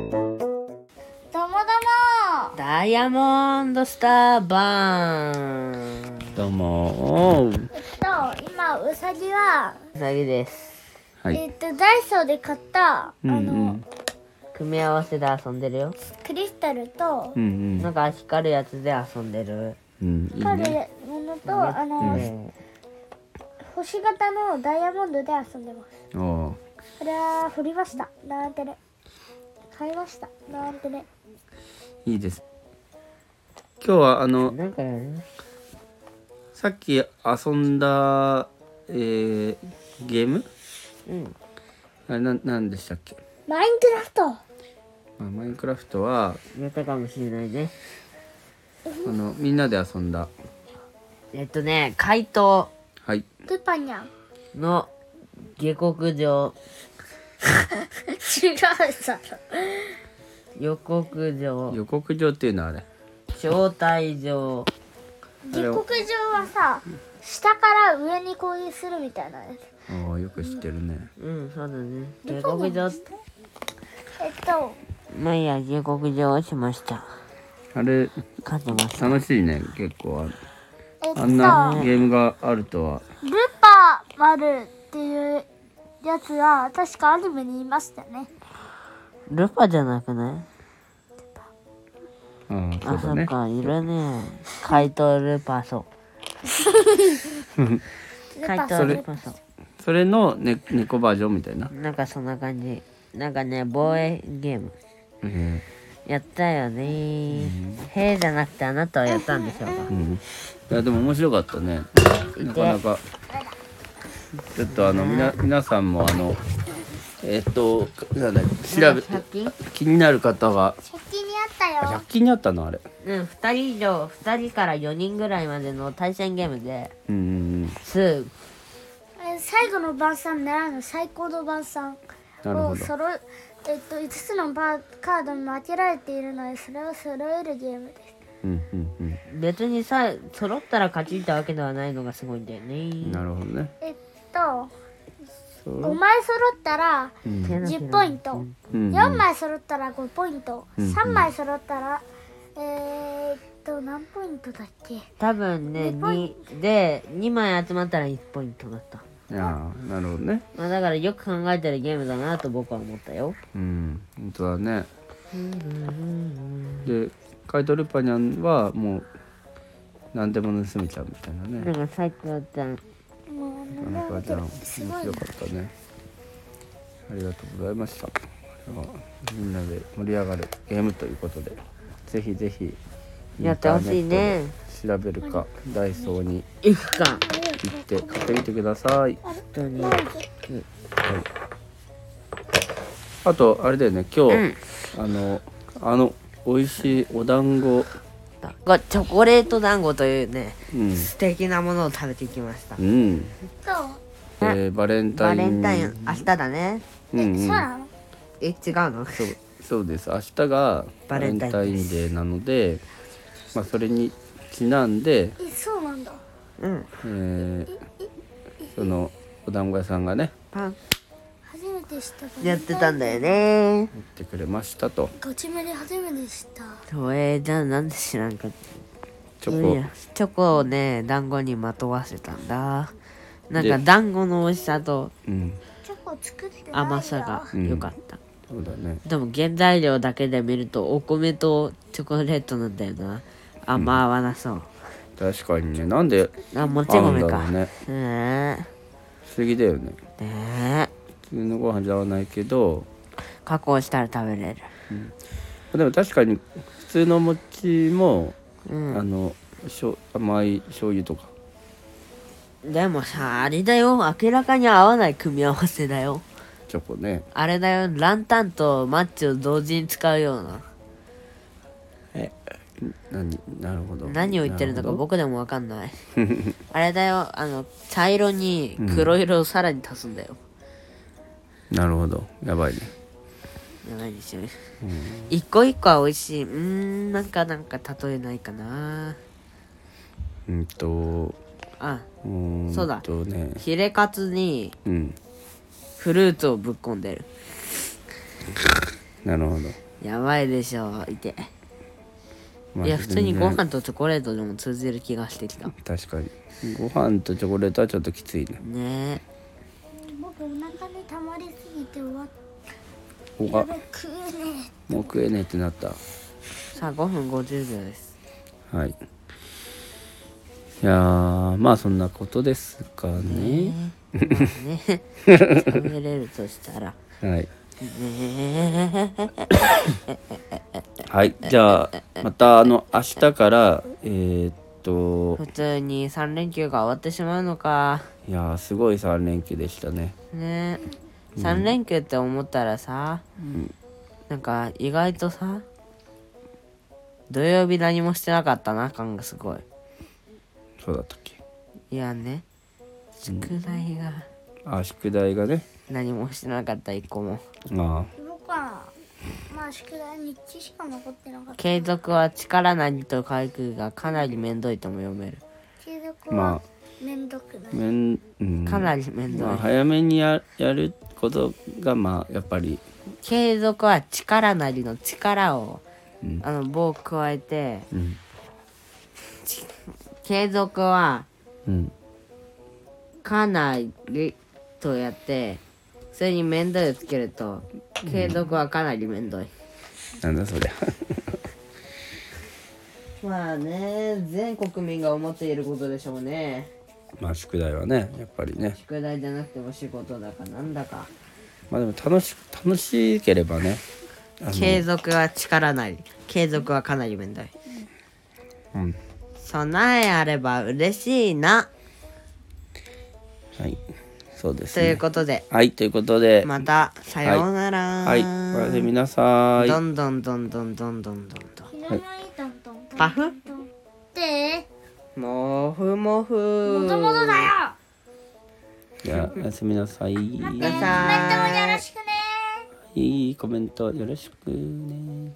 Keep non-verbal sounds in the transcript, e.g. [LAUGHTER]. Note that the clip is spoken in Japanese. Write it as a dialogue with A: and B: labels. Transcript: A: どうもどうも
B: ダイヤモンドスターバーン
C: どうもー
A: えっと今うさぎは、
B: うさぎです
C: は
A: え
C: い
A: っとダイソーで買った、
C: うんう
A: あの
C: ん
B: 組み合わせで遊んでるよ
A: クリスタルと
C: うんう
B: なん
C: ん
B: か光るやつで遊んでる
C: うんいい
A: 光る
C: ね
A: ものと、あの、
B: ね
A: 星型のダイヤモンドで遊んでます
C: おお
A: これは振りましたなんてね買いましたなんてね
C: ーいいです今日はあの
B: なんかやりまし
C: さっき遊んだ、えー、ゲーム
B: たうん
C: あれななんでしたっけ、
A: マインクラフト
C: まあ、マインクラフトは
B: やったかもしれないね
C: あのみんなで遊んだ
B: えっとね怪盗
C: はい
A: ルパニャン [LAUGHS]
B: の下克上
A: 違うさ
B: 予告状
C: 予告状っていうのはあれ
B: 招待状
A: 下克上はさ下から上に攻撃するみたいなやつ
C: おーよく知ってるね
B: うんそうだね下克上
A: えっと
B: まあいいや下克上をしました
C: あれ
B: 勝ってました
C: 楽しいね結構あ
A: えっと
C: あんなゲームがあるとは
A: ルパマルっていうやつは確かアニメにいましたね
B: ルパじゃなくない
C: ああ
B: あ
C: そう
B: そ
C: だ
B: っ
C: ね
B: かいるね怪盗ルパソ
A: ル
B: 怪
A: パ
B: 盗
A: ソ
B: ル
A: ル
B: パソ
C: それの、ね、猫バージョンみたいな、
B: なんかそんな感じなんかね防衛ゲーム
C: え
B: やったよねへえじゃなくてあなたはやったんでしょう
C: ーうん、いやでも面白かったねなかなかちょっとあのみな皆さんもあのえっとなんだ調べ
B: か100均
C: 気になる方は
A: 借金にあったよ
C: 100均にあったのあれ
B: うん2人以上2人から4人ぐらいまでの対戦ゲームで
C: うんうん
B: す
A: え最後の晩餐ならぬ最高の晩餐
C: なるほ
A: を
C: ど
A: そろえっと5つのバーカードに分けられているのでそれを揃えるゲームです
C: うんうん
B: 別にさ揃ったら勝ちってわけではないのがすごいんだよ
C: うん
B: ね
C: なるほどね
A: えっと
C: そ
A: 5
C: う
A: 枚揃ったら
C: うん
A: 10ポイント
C: うん
A: 4枚揃ったら5ポイント
C: うん
A: 3枚揃ったらえーっと何ポイントだっけ
B: 多分ね
A: ポイ
B: 2で2枚集まったら1ポイントだった、
C: いやーなるほどね
B: まあ、だからよく考えてるゲームだなと僕は思ったよ
C: うん本当だねでカイトルパニャンはもう何でも盗めちゃうみたいな
B: な
C: ね
B: んか最高ちゃん
A: もう何
C: な
A: で
C: か
A: もで
C: なかじ
A: き
C: ゃあ
A: る
C: 面
A: すごい
C: 白
A: な
C: かったねありがとうございましたではみんなで盛り上がるゲームということでぜひぜひ
B: やってほしいね
C: インターネットで調べるかダイソーに
B: いくか
C: 行って買ってみてください
B: 本当に
C: あとあれだよね今日、
B: うん
C: あのあの美味しいお団子
B: がチョコレート団子というね
C: うん、
B: 素敵なものを食べてきました
C: うん
A: と
C: えーバレン
B: バ
C: タイン
B: レンタイン明日だね
C: うんうん
A: そうなの
B: え違うの
C: そうそうです明日が
B: バ
C: バ
B: レ
C: レ
B: ン
C: ン
B: タイン
C: タインデーなので、まあ、それにちなんで、
A: えそうなんだ
B: うん
C: えーそのお団子屋さんがね
B: パン
A: 初めて知った
B: やってたんだよね
C: やってくれましたと
A: ガチめで初めて知った
B: そうえー、じゃあなんで知らんかっ
C: チ
B: い
C: ョ
B: や
C: コ
B: いやチョコをね団子にまとわせたんだなんか
C: で
B: 団子の美味しさと
C: うん
A: チョコ作ってないよ
B: 甘さが良かった、
C: そうだね
B: でも原材料だけで見るとお米とチョコレートなんだよな甘合わなそう、
C: 確かにねなんで
B: あもち
C: 合うん
B: 米
C: だ
B: か
C: ろうね
B: ねえ
C: 不思議だよね
B: ね
C: 普通のご飯じゃ合わないけど
B: え加工したら食べれる
C: でも確かに普通の餅も、
B: うん
C: あのしょ甘い醤油とか
B: でもさあれだよ明らかに合わない組み合わせだよ
C: チョコね
B: あれだよランタンとマッチを同時に使うような
C: 何なるほど
B: 何を言ってるのか
C: なほど
B: 僕でもわかんない
C: [LAUGHS]
B: あれだよあの茶色に黒色をさらに足すんだよ、
C: なるほどやばいね
B: やばいでしょ、一個一個は美味しいうーんなんかなんか例えないかな
C: うんと
B: あ
C: うーん
B: そうだ
C: とね
B: ヒレカツに
C: うん
B: フルーツをぶっこんでる
C: なるほど、
B: やばいでしょいて
C: まあ
B: いや普通にご
C: 全然
B: 飯とチョコレートでも通じる気がしてきた
C: 確かにご飯とチョコレートはちょっときついね
B: ね
A: 僕お腹に溜まりすぎて終わっ
C: お
A: や
C: が
A: べ食うね
C: もう食えねえってなった
B: えさあ5分50秒です
C: はいいやーまあそんなことですかね
B: まあね喋れるとしたら
C: はい [COUGHS]
B: ねえ
C: はいじゃあまたあの明日からえーっと
B: 普通に3連休が終わってしまうのか
C: いやーすごい3連休でしたね
B: ねえ3連休って思ったらさ、なんか意外とさ土曜日何もしてなかったな感がすごい
C: そうだったっけ
B: いやね宿題が
C: あ宿題がね
B: 何もしてなかった一個も
C: あ
A: 僕はまあ宿題日中しか残ってなかった
B: 継続は力なりと回復がかなりめんどいとも読める
A: 継続は
C: まあ
A: めんどくない、
C: あめん、うん、
B: かなりめんどい、
C: まあ、早めにややることがまあやっぱり
B: 継続は力なりの力を、
C: うん
B: あの棒を加えて
C: うん
B: 継続は
C: うん
B: かなりとやってそれに面倒をつけると継続はかなり面倒い、
C: なんだそりゃ [LAUGHS]
B: まあね全国民が思っていることでしょうね
C: まあ宿題はねやっぱりね
B: 宿題じゃなくても仕事だかなんだか
C: まあでも楽し楽しければね
B: 継続は力なり継続はかなり面倒い
C: うん
B: 備えあれば嬉しいな
C: はいそうです
B: という
C: ね
B: ことで
C: はいということで、
B: またさようなら、
C: はいおやすみなさい
B: どんどんどんどんどんどんどんど
A: いらないトントントン
B: パフ
A: トンって
B: んもふもふ
A: もともとだよ
C: じゃあおやすみなさい
B: く
A: コ
B: だ
A: メントもよ
B: さ
A: ろ
B: い
A: しくね
C: いいコメントよろしくね